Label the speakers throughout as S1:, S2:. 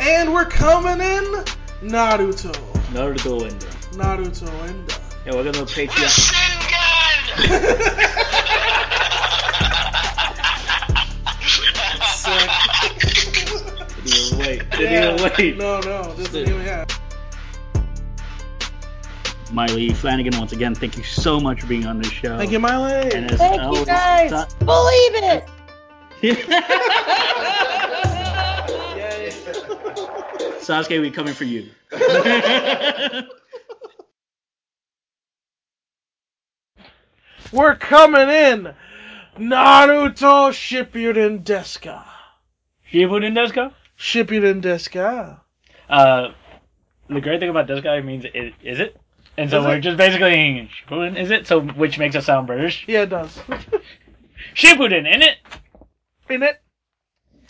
S1: And we're coming in Naruto.
S2: Naruto Endo.
S1: Naruto Endo.
S2: Yeah, we're gonna
S3: With a
S2: Patreon.
S3: Sengun!
S2: Didn't even wait. Didn't even
S1: Yeah.
S2: wait. Oh.
S1: No, no, this
S2: Dude.
S1: didn't even happen.
S2: Miley Flanagan, once again, thank you so much for being on this show.
S1: Thank you, Miley.
S2: And as
S4: Thank
S2: always,
S4: you guys.
S2: it's
S4: Believe it.
S2: Sasuke, we coming for you.
S1: We're coming in Naruto Shippuden Deska.
S2: Shippuden Deska?
S1: Shippuden Deska.
S2: Uh, the great thing about Deska means it, is it? And so
S1: Is
S2: we're
S1: it?
S2: just basically Shippuden, is it? So which makes us sound British.
S1: Yeah, it does.
S2: Shippuden, in it?
S1: In it,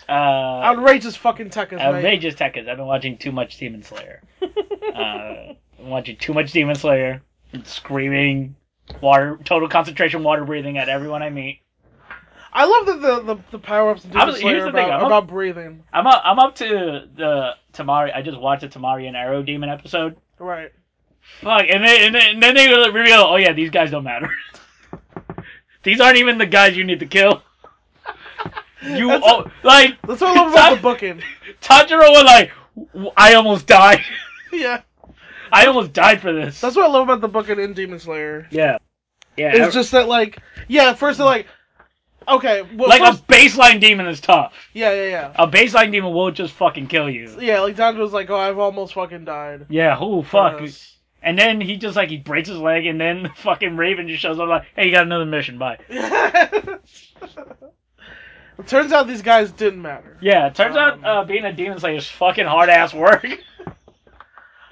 S2: Uh,
S1: outrageous fucking Tekkas, mate.
S2: outrageous Tekkas. I've been watching too much Demon Slayer. uh, I'm watching too much Demon Slayer, screaming, water, total concentration, water breathing at everyone I meet.
S1: I love that the, the, the power ups in
S2: I
S1: Demon
S2: was-
S1: Slayer
S2: here's
S1: are
S2: the
S1: about,
S2: thing, I'm
S1: are
S2: a-
S1: about breathing.
S2: I'm up, I'm up to the Tamari. I just watched the Tamari and Arrow Demon episode.
S1: Right.
S2: Fuck, and, they, and, they, and then they reveal, oh yeah, these guys don't matter. these aren't even the guys you need to kill. You
S1: That's
S2: all, like
S1: That's what I love about the booking.
S2: Tanjiro was like, "W- I almost died.
S1: Yeah.
S2: I almost died for this.
S1: That's what I love about the booking in Demon Slayer.
S2: yeah, yeah.
S1: It's just that, like, yeah, at first they're like, okay, well,
S2: like
S1: first,
S2: a baseline demon is tough.
S1: yeah, yeah, yeah.
S2: A baseline demon will just fucking kill you.
S1: Yeah, like Dandra's like, oh, I've almost fucking died.
S2: Yeah, oh fuck.
S1: Yes.
S2: And then he just like he breaks his leg, and then fucking Raven just shows up like, hey, you got another mission, bye.
S1: It turns out these guys didn't matter.
S2: Yeah, it turns
S1: Um,
S2: out uh, being a demon slayer is fucking hard ass work.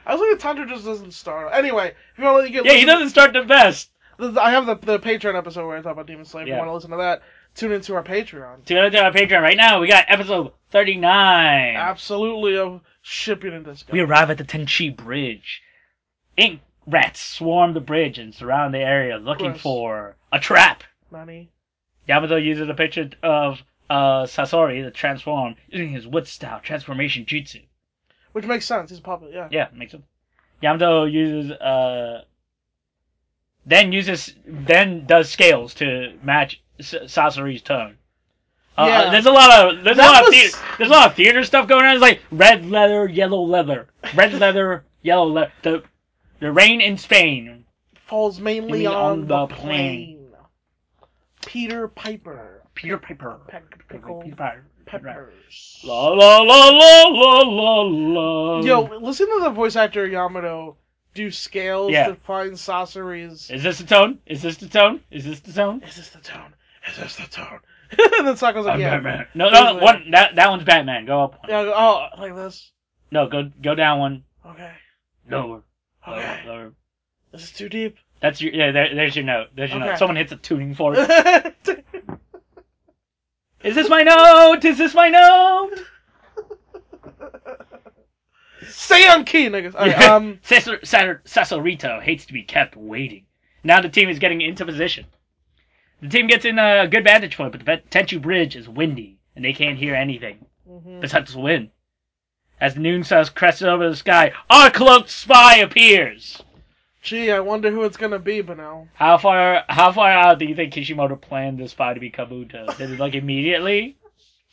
S1: I was like, Tundra just doesn't start. Anyway, if you want to get
S2: yeah, he doesn't start the best.
S1: doesn't. I have the, the Patreon episode where I talk about Demon Slayer. If
S2: Yeah.
S1: you want to listen to that, tune into our Patreon.
S2: Tune into our Patreon right now. We got episode thirty nine.
S1: Ah. Absolutely, of shipping in this guy.
S2: We arrive at the Tenchi Bridge. Ink rats swarm the bridge and surround the area looking
S1: course.
S2: for a trap.
S1: Nani?
S2: Yamato uses a picture of uh, Sasori to transform using his wood style transformation jutsu.
S1: Which makes sense. He's a puppet. Yeah.
S2: Yeah, makes sense. Yamato uses uh, then uses then does scales to match S- Sasori's tone. Uh,
S1: Yeah.
S2: There's a lot of there's
S1: That
S2: a lot of
S1: was-
S2: theater, there's a lot of theater stuff going on. It's like red leather, yellow leather, red leather, yellow leather. The the rain in Spain.
S1: Falls mainly
S2: mean
S1: on,
S2: on
S1: the,
S2: the
S1: plane. Peter Piper.
S2: Peter Piper.
S1: Peck-
S2: Peter
S1: pickle.
S2: Piper.
S1: Peppers.
S2: La la la la la la la.
S1: Yo, listen to the voice actor Yamato do scales
S2: Yeah.
S1: to find Sasori's.
S2: Is this the tone? Is this the tone? Is this the tone?
S1: Is this the tone? Is this the tone? and then Sako's like,
S2: I'm
S1: yeah.
S2: Batman. No, no, one that that one's Batman. Go up. One.
S1: Yeah, I go, oh, like this.
S2: No, go go down one.
S1: Okay.
S2: Lower. Lower.
S1: Okay.
S2: Lower.
S1: This is too deep.
S2: That's your yeah. There, there's your note. There's your
S1: Okay.
S2: note. Someone hits a tuning fork.
S1: That's
S2: Is this my note? Is this my note?
S1: Stay on key, niggas. Alright, um,
S2: Cesar- Cesar- Cesarito hates to be kept waiting. Now the team is getting into position. The team gets in a good vantage point, but the Vet- Tenchu Bridge is windy, and they can't hear anything
S1: Mm-hmm.
S2: besides the wind. As the noon sun crests over the sky, our cloaked spy appears.
S1: gee, I wonder who it's gonna be, but now.
S2: How far how far out do you think Kishimoto planned this spy to be Kabuto? Did it like immediately?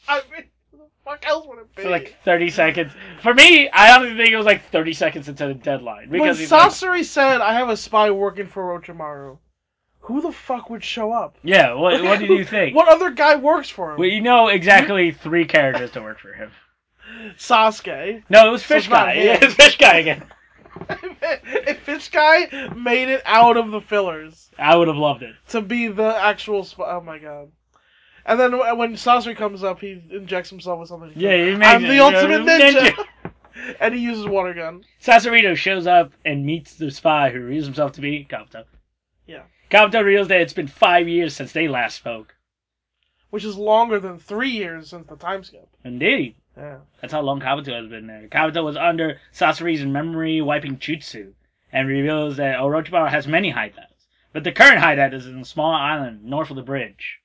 S1: I mean, who the fuck else would it be?
S2: For like thirty seconds. For me, I honestly think it was like thirty seconds into the deadline.
S1: when
S2: Because he's like,
S1: Sasori said, I have a spy working for Orochimaru, who the fuck would show up?
S2: Yeah, what what did you think?
S1: What other guy works for him?
S2: Well, you know exactly three characters to work for him.
S1: Sasuke.
S2: No, it was
S1: So
S2: Fish
S1: it's not
S2: Guy.
S1: him.
S2: Yeah, it's Fish Guy again.
S1: if Fish Guy made it out of the fillers
S2: I would have loved it.
S1: to be the actual spy, oh my god. And then wh- when Sasori comes up, he injects himself with something.
S2: Yeah, he made
S1: I'm
S2: it.
S1: the
S2: You're
S1: ultimate
S2: the
S1: ninja. and he uses water gun.
S2: Sasorito shows up and meets the spy who reveals himself to be Kabuto.
S1: Yeah.
S2: Kabuto reveals that it's been five years since they last spoke.
S1: which is longer than three years since the time skip.
S2: Indeed.
S1: Yeah.
S2: That's how long Kabuto has been there. Kabuto was under Sasori's memory wiping jutsu and reveals that Orochimaru has many hideouts, but the current hideout is in a small island north of the bridge.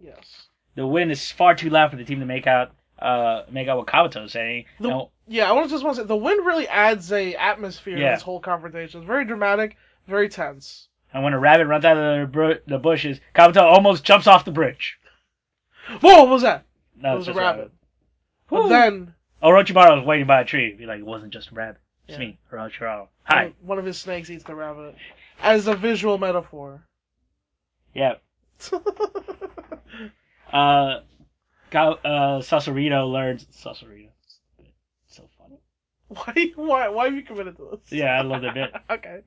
S1: Yes.
S2: The wind is far too loud for the team to make out uh, Megawa Kabuto saying,
S1: The-
S2: no,
S1: Yeah, I want to just want to say the wind really adds a atmosphere to
S2: Yeah.
S1: this whole confrontation. It's very dramatic, very tense.
S2: and when a rabbit runs out of the, br- the bushes, Kabuto almost jumps off the bridge.
S1: Whoa, what was that?
S2: No,
S1: it
S2: it's
S1: was a
S2: just a
S1: rabbit.
S2: Woo.
S1: But then
S2: Orochimaru was waiting by a tree. Be like, it wasn't just a rabbit.
S1: Yeah. Oh.
S2: It's me, Orochimaru. Hi.
S1: one- one of his snakes eats the rabbit as a visual metaphor.
S2: Yeah. Uh, Ka- uh, Sasorito learns. Sasorito. So funny.
S1: why, why, why have you committed to this?
S2: Yeah, I love that bit.
S1: okay.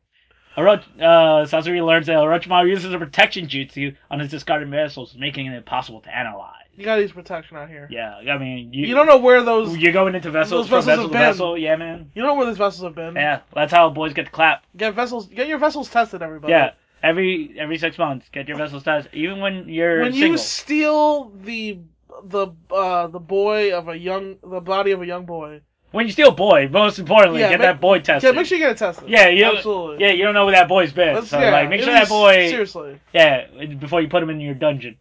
S2: Oroch- uh, Sasori learns that Orochimaru uses a protection jutsu on his discarded vessels, making it impossible to analyze.
S1: You gotta use protection out here.
S2: Yeah, I mean, you,
S1: You don't know where those.
S2: You're going into vessels,
S1: those
S2: from
S1: vessels have
S2: vessel
S1: been. Mm-hmm.
S2: to vessel. Yeah, man.
S1: You don't know where these vessels have been.
S2: Yeah, that's how boys get the clap.
S1: Get vessels. Get your vessels tested, everybody.
S2: Yeah, every every six months, get your vessels tested. Even when you're
S1: When
S2: single.
S1: you steal the the uh the boy of a young the body of a young boy.
S2: When you steal a boy, most importantly,
S1: Yeah,
S2: get
S1: make-
S2: that boy tested.
S1: Yeah, make sure you get it tested.
S2: Yeah, you don't-
S1: absolutely.
S2: Yeah, you don't know where that boy's been.
S1: Let's-
S2: so,
S1: yeah,
S2: like, make
S1: at
S2: sure that
S1: least-
S2: boy.
S1: Seriously,
S2: Yeah, before you put him in your dungeon.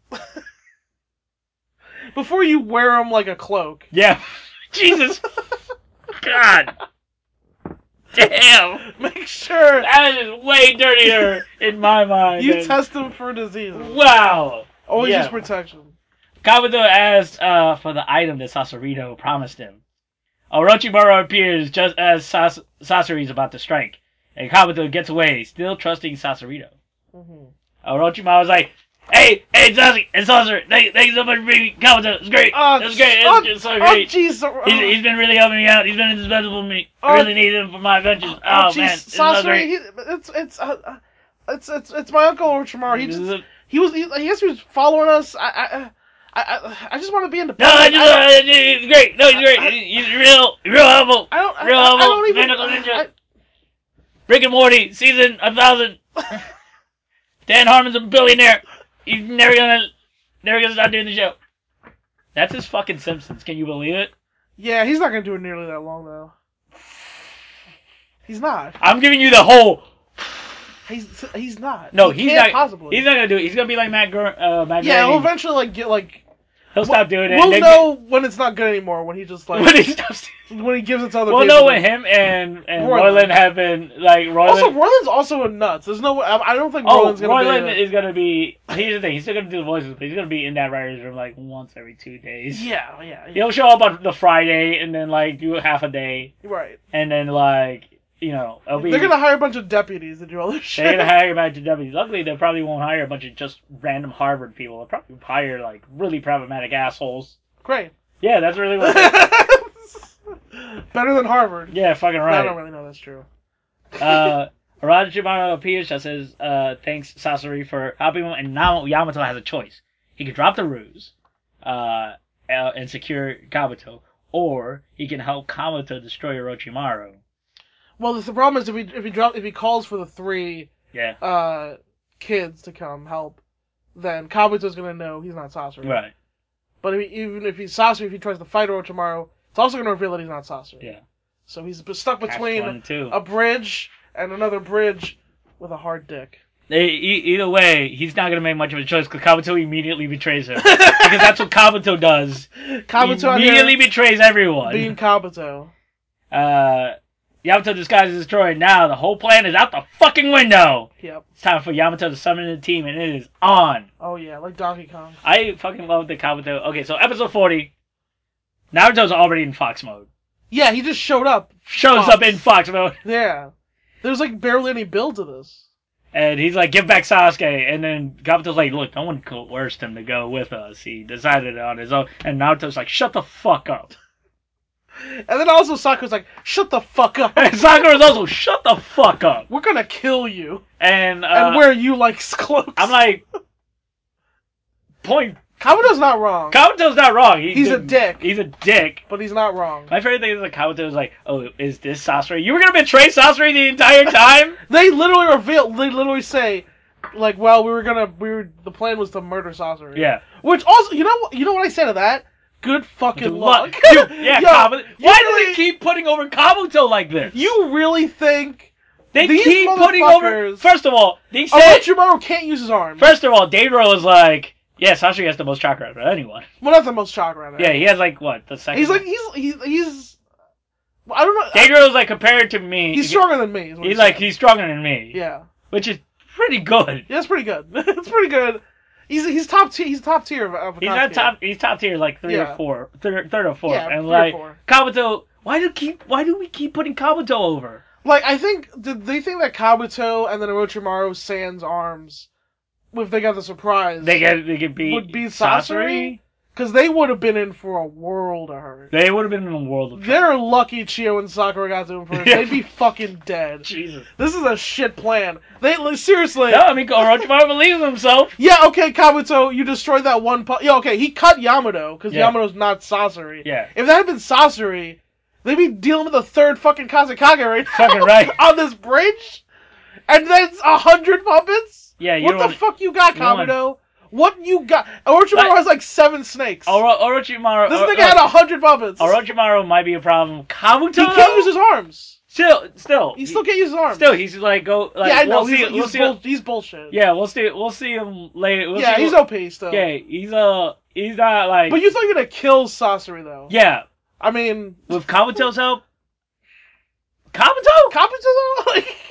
S1: before you wear him like a cloak.
S2: Yeah. Jesus. God. Damn.
S1: Make sure
S2: That is way dirtier in my mind.
S1: you
S2: than-
S1: test him for diseases.
S2: Wow.
S1: Always
S2: Yeah.
S1: use Oh, protection.
S2: Kabuto asks uh, for the item that Sasarito promised him. Orochimaru appears just as Sas- Sasori is about to strike, and Kabuto gets away, still trusting Sasarito.
S1: hmm
S2: Orochimaru is like, "Hey, hey, Sasori, it's Sasori. Thank, thank you so much for bringing me Kabuto. It's great.
S1: Oh,
S2: it's great. It's
S1: oh,
S2: just so
S1: Oh
S2: great.
S1: jeez, oh,
S2: He's, he's been really helping me out. He's been indispensable to me. I
S1: Oh.
S2: really need him for my adventures. Oh,
S1: oh,
S2: man,
S1: jeez,
S2: it's not
S1: Sasori, he, it's it's uh, uh, it's it's it's my uncle Orochimaru. He
S2: This
S1: just
S2: is a-
S1: he was he, I guess he was following us. I I I- I, I just want to be
S2: no,
S1: independent.
S2: I just,
S1: I
S2: uh, he's great. No, he's great.
S1: I- I-
S2: he's real, real helpful.
S1: don't I,
S2: Real
S1: I, I
S2: humble,
S1: don't even
S2: medical ninja.
S1: I,
S2: Rick and Morty, season a thousand. Dan Harmon's a billionaire. He's never gonna, never gonna stop doing the show. That's his fucking Simpsons. Can you believe it?
S1: yeah, he's not gonna do it nearly that long though. He's not.
S2: I'm giving you the whole.
S1: He's he's not.
S2: No,
S1: He
S2: he's
S1: can't
S2: not-
S1: Possibly.
S2: He's not gonna do it. He's gonna be like Matt. Gr- uh, Matt
S1: yeah, he'll
S2: Groening.
S1: eventually like get like
S2: he'll stop doing it.
S1: We'll
S2: and then-
S1: know when it's not good anymore when he just like
S2: when he stops.
S1: when he gives it to other
S2: We'll
S1: people.
S2: know when him and and
S1: Roiland.
S2: Royland have been like Royland.
S1: also, Royland's also a nuts. There's no. I, I don't think
S2: Oh,
S1: Royland's gonna
S2: Roiland
S1: be.
S2: is gonna be. Here's the thing. He's still gonna do the voices, but he's gonna be in that writers' room like once every two
S1: A,
S2: days.
S1: yeah, yeah, yeah.
S2: He'll show up on the Friday and then like do half a day
S1: Right.
S2: and then like you know it'll be,
S1: They're gonna hire a bunch of deputies to do all this shit.
S2: they're gonna hire a bunch of W's. Luckily, they probably won't hire a bunch of just random Harvard people. They'll probably hire like really problematic assholes.
S1: Great.
S2: Yeah, that's really what. they-
S1: Better than Harvard.
S2: yeah, fucking
S1: I don't
S2: right.
S1: really know that's true.
S2: Uh, Orochimaru appears just says uh, thanks Sasori for helping him, and now Yamato has a choice. He could drop the ruse, uh, uh, and secure Kabuto, or he can help Kabuto destroy Orochimaru.
S1: Well, the, the problem is if he if he drop, if he calls for the three
S2: Yeah,
S1: uh kids to come help, then Kabuto's gonna know he's not Sasori.
S2: right.
S1: But if he, even if he's Sasori, if he tries to fight Orochimaru, it's also gonna reveal that he's not Sasori.
S2: Yeah.
S1: So he's b- stuck
S2: That's
S1: between
S2: one and two.
S1: a bridge and another bridge with a hard dick.
S2: They, e- either way, he's not gonna make much of a choice because Kabuto immediately betrays him because that's what Kabuto does.
S1: Kabuto out
S2: immediately
S1: here
S2: betrays everyone.
S1: being Kabuto.
S2: Uh, Yamato disguises his droid. Now the whole plan is out the fucking window.
S1: Yep.
S2: It's time for Yamato to summon the team, and it is on.
S1: Oh yeah, like Donkey Kong.
S2: I fucking love the Kabuto. Okay, so episode forty, Naruto's already in Fox mode.
S1: Yeah, he just showed up.
S2: Shows
S1: Fox.
S2: up in Fox mode,
S1: Yeah. There's like barely any build to this.
S2: and he's like, "Give back Sasuke." And then Kabuto's like, "Look, no one coerced him to go with us. He decided it on his own." And Naruto's like, "Shut the fuck up."
S1: And then also Sakura's like, "Shut the fuck up.
S2: And Sakura's also shut the fuck up.
S1: We're gonna kill you
S2: And, uh,
S1: and wear you like cloaks."
S2: I'm like, point.
S1: Kabuto's not wrong,
S2: Kabuto's not wrong. He
S1: He's a
S2: didn't-
S1: dick.
S2: He's a dick.
S1: but he's not wrong.
S2: My favorite thing is that Kabuto's like, oh, is this Sasori? You were gonna betray Sasori the entire time?
S1: They literally reveal. They literally say, like, "Well, we were gonna. We were. The plan was to murder Sasori."
S2: yeah.
S1: Which also, you know, what- you know what I say to that? Good fucking luck.
S2: Dude, yeah,
S1: Yo,
S2: Kabuto.
S1: you
S2: Why do
S1: really-
S2: they keep putting over Kabuto like this?
S1: You really think
S2: they
S1: these
S2: keep putting over.
S1: motherfuckers- Oh,
S2: Oh, First of all, they said.
S1: Orochimaru can't use his arm?
S2: First of all, Deidro was like, Yeah, Sasori has the most chakra out of anyone.
S1: Well, not the most chakra. in it.
S2: Yeah, he has like what the second.
S1: he's like he's he's he's. well, I don't know. I-
S2: Dagoro's like compared to me.
S1: he's stronger than me. Is what
S2: He's
S1: he
S2: like
S1: said.
S2: he's stronger than me,
S1: yeah.
S2: which is pretty good.
S1: Yeah, it's pretty good. it's pretty good. He's he's top tier. He's top tier of, of
S2: He's
S1: top
S2: not
S1: tier.
S2: top. He's top tier like three
S1: Yeah.
S2: or four, third, third or fourth,
S1: Yeah,
S2: and
S1: three or
S2: like
S1: four.
S2: Kabuto. Why do keep? Why do we keep putting Kabuto over?
S1: Like I think did they think that Kabuto and then Orochimaru Sans arms, if they got the surprise,
S2: They get they could beat
S1: Would beat
S2: Sasori.
S1: Sasori? because they would have been in for a world of hurt.
S2: They would have been in a world of trouble.
S1: They're lucky Chio and Sakura got to him first.
S2: Yeah.
S1: They'd be fucking dead.
S2: Jesus.
S1: This is a shit plan. They like, seriously.
S2: No, I mean Orochimaru believes in himself.
S1: Yeah, okay, Kabuto, you destroyed that one. Po- yeah, okay, he cut Yamato because
S2: Yeah.
S1: Yamato's not Sasori.
S2: Yeah,
S1: If that had been Sasori, they'd be dealing with the third fucking Kazekage right now
S2: fucking right.
S1: on this bridge, and that's a hundred puppets.
S2: Yeah, you
S1: what
S2: don't.
S1: the
S2: wanna-
S1: fuck you got,
S2: you don't wanna-
S1: Kabuto? What you got? Orochimaru
S2: Like-
S1: has like seven snakes.
S2: Oro- uh, Orochimaru.
S1: this
S2: Oro-
S1: nigga had a hundred puppets.
S2: Orochimaru might be a problem. Kabuto.
S1: he can't use his arms.
S2: still, still,
S1: He still can't use his arms.
S2: Still, he's like go. Like,
S1: yeah, I know.
S2: We'll
S1: he's,
S2: see,
S1: he's
S2: we'll see,
S1: bull- he's bullshit.
S2: yeah, we'll see. We'll see him later. We'll
S1: yeah,
S2: see,
S1: he's
S2: we'll,
S1: OP still.
S2: Yeah, he's uh, he's not like.
S1: But you thought you're gonna kill Sasori though.
S2: yeah,
S1: I mean,
S2: with Kabuto's help. Kabuto?
S1: Kabuto though. Like,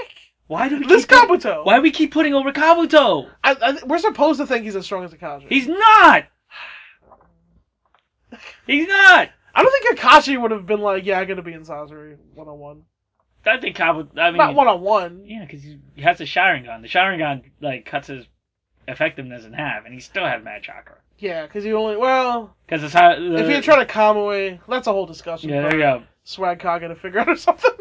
S2: Why do we
S1: this
S2: keep put-
S1: Kabuto.
S2: Why do we keep putting over Kabuto?
S1: I, I, th- we're supposed to think he's as strong as Akashi.
S2: He's not. He's not.
S1: I don't think Akashi would have been like, yeah, I'm gonna be in Sasori one on one.
S2: I think Kabuto. I mean,
S1: Not one on one.
S2: yeah, because he he has the Sharingan. The Sharingan like cuts his effectiveness in half, and he still has Mad Chakra.
S1: Yeah, because you only well,
S2: Because it's how the,
S1: if you try to Kamui, that's a whole discussion.
S2: Uh, yeah, there
S1: for
S2: you go.
S1: Swag Kaga to figure out or something.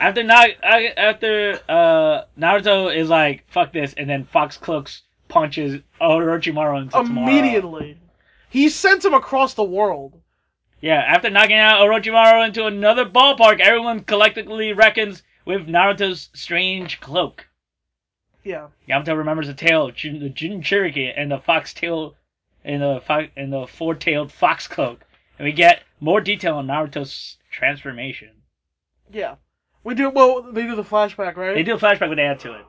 S2: After Na- I- after uh, Naruto is like fuck this, and then Fox Cloaks punches Orochimaru into tomorrow.
S1: Immediately, he sent him across the world.
S2: Yeah, after knocking out Orochimaru into another ballpark, everyone collectively reckons with Naruto's strange cloak.
S1: Yeah,
S2: Yamato remembers the tale of Jin- the Jin Cherokee and the fox tail and the fo- and the four-tailed fox cloak, and we get more detail on Naruto's transformation.
S1: yeah. We do well. They do the flashback, right?
S2: They do a flashback when they add to it.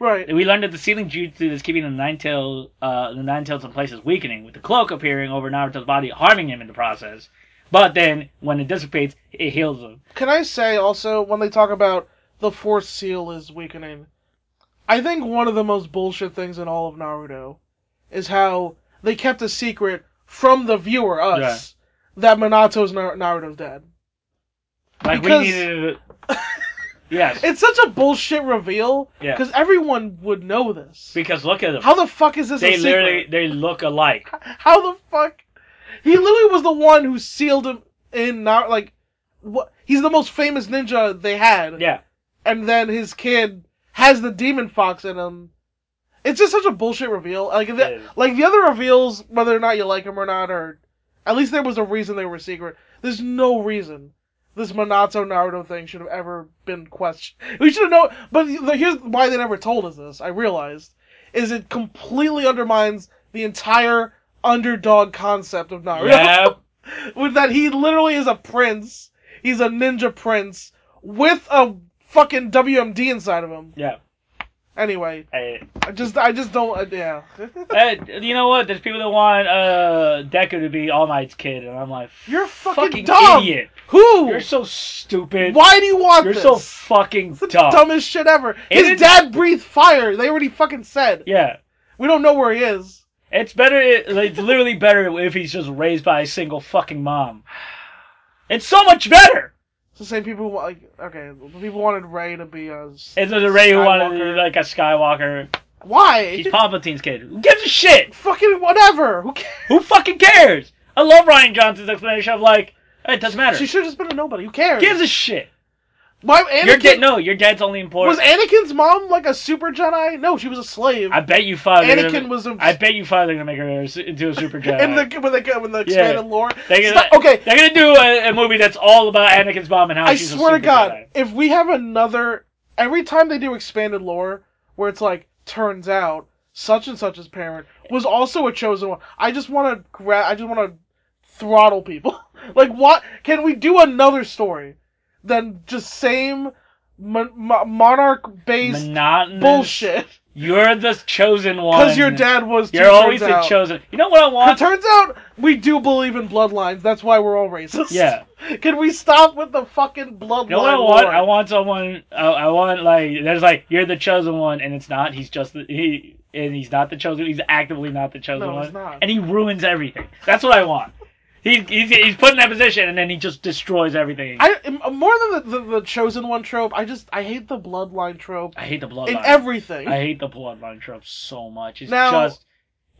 S1: Right.
S2: We learned that the ceiling jutsu is keeping the nine tail, uh, the nine tails in place is weakening, with the cloak appearing over Naruto's body, harming him in the process. But then, when it dissipates, it heals him.
S1: Can I say also when they talk about the fourth seal is weakening? I think one of the most bullshit things in all of Naruto is how they kept a secret from the viewer, us, that Minato's Nar- Naruto's dead.
S2: Like
S1: Because-
S2: we needed. it- yes,
S1: It's such a bullshit reveal
S2: yeah.
S1: because everyone would know this.
S2: Because look at them.
S1: How the fuck is this a
S2: They
S1: secret?
S2: literally they look alike.
S1: How the fuck? He literally was the one who sealed him in. Not like, what? He's the most famous ninja they had.
S2: Yeah,
S1: and then his kid has the demon fox in him. It's just such a bullshit reveal. Like the,
S2: Yeah.
S1: like the other reveals, whether or not you like them or not, or at least there was a reason they were secret. There's no reason this Minato Naruto thing should have ever been questioned. We should have known. But the, here's why they never told us this. I realized is it completely undermines the entire underdog concept of Naruto
S2: yeah.
S1: with that he literally is a prince. He's a ninja prince with a fucking WMD inside of him.
S2: Yeah.
S1: Anyway,
S2: I,
S1: I just I just don't uh, yeah.
S2: I- you know what? There's people that want uh Deku to be All Might's kid, and I'm like,
S1: You're fucking,
S2: fucking
S1: dumb.
S2: idiot.
S1: Who?
S2: You're so stupid.
S1: Why do you want
S2: You're
S1: this?
S2: so fucking
S1: It's the
S2: dumb.
S1: dumbest shit ever.
S2: Isn't-
S1: His dad breathed fire. They already fucking said.
S2: Yeah.
S1: We don't know where he is.
S2: It's better. It's literally better if he's just raised by a single fucking mom. It's so much better.
S1: It's the same people who wa- like okay, the people wanted Ray to be a s-
S2: It's the Ray who wanted to be
S1: Skywalker.
S2: like a Skywalker.
S1: Why?
S2: He's Palpatine's kid. Who gives a shit?
S1: fucking whatever. Who cares?
S2: Who fucking cares? I love Ryan Johnson's explanation of like, it doesn't matter.
S1: She should have just been a nobody. Who cares?
S2: gives a shit.
S1: Why Anakin?
S2: Your dad, no, your dad's only important.
S1: Was Anakin's mom like a super Jedi? No, she was a slave.
S2: I bet you five. they're
S1: Anakin
S2: gonna-
S1: was a.
S2: I bet you five. They're gonna make her into a super Jedi.
S1: in the when they go- when the
S2: Yeah.
S1: expanded lore.
S2: They're gonna-
S1: Stop- okay,
S2: They're gonna do a, a movie that's all about Anakin's mom and how
S1: I
S2: Oh, she's a
S1: swear to
S2: super
S1: God,
S2: Jedi.
S1: if we have another every time they do expanded lore where it's like turns out such and such as parent was also a chosen one. I just want to gra- I just want to throttle people. like what can we do another story than just same mon- monarch based
S2: monotonous
S1: bullshit?
S2: You're the chosen one.
S1: Because your dad was. too,
S2: You're always
S1: turns
S2: the
S1: out.
S2: chosen. You know what I
S1: It
S2: want?
S1: turns out we do believe in bloodlines. That's why we're all racist.
S2: Yeah.
S1: Can we stop with the fucking bloodline?
S2: You know what I want?
S1: war?
S2: I want someone. I, I want like there's like you're the chosen one, and it's not. He's just the, he and he's not the chosen. He's actively not the chosen
S1: No,
S2: one,
S1: he's not.
S2: and he ruins everything. That's what I want. He's he's he's put in that position, and then he just destroys everything. I,
S1: I m- more than the, the, the chosen one trope. I just I hate the bloodline trope
S2: hate the bloodline.
S1: in everything.
S2: I hate the bloodline trope so much. It's
S1: Now-
S2: just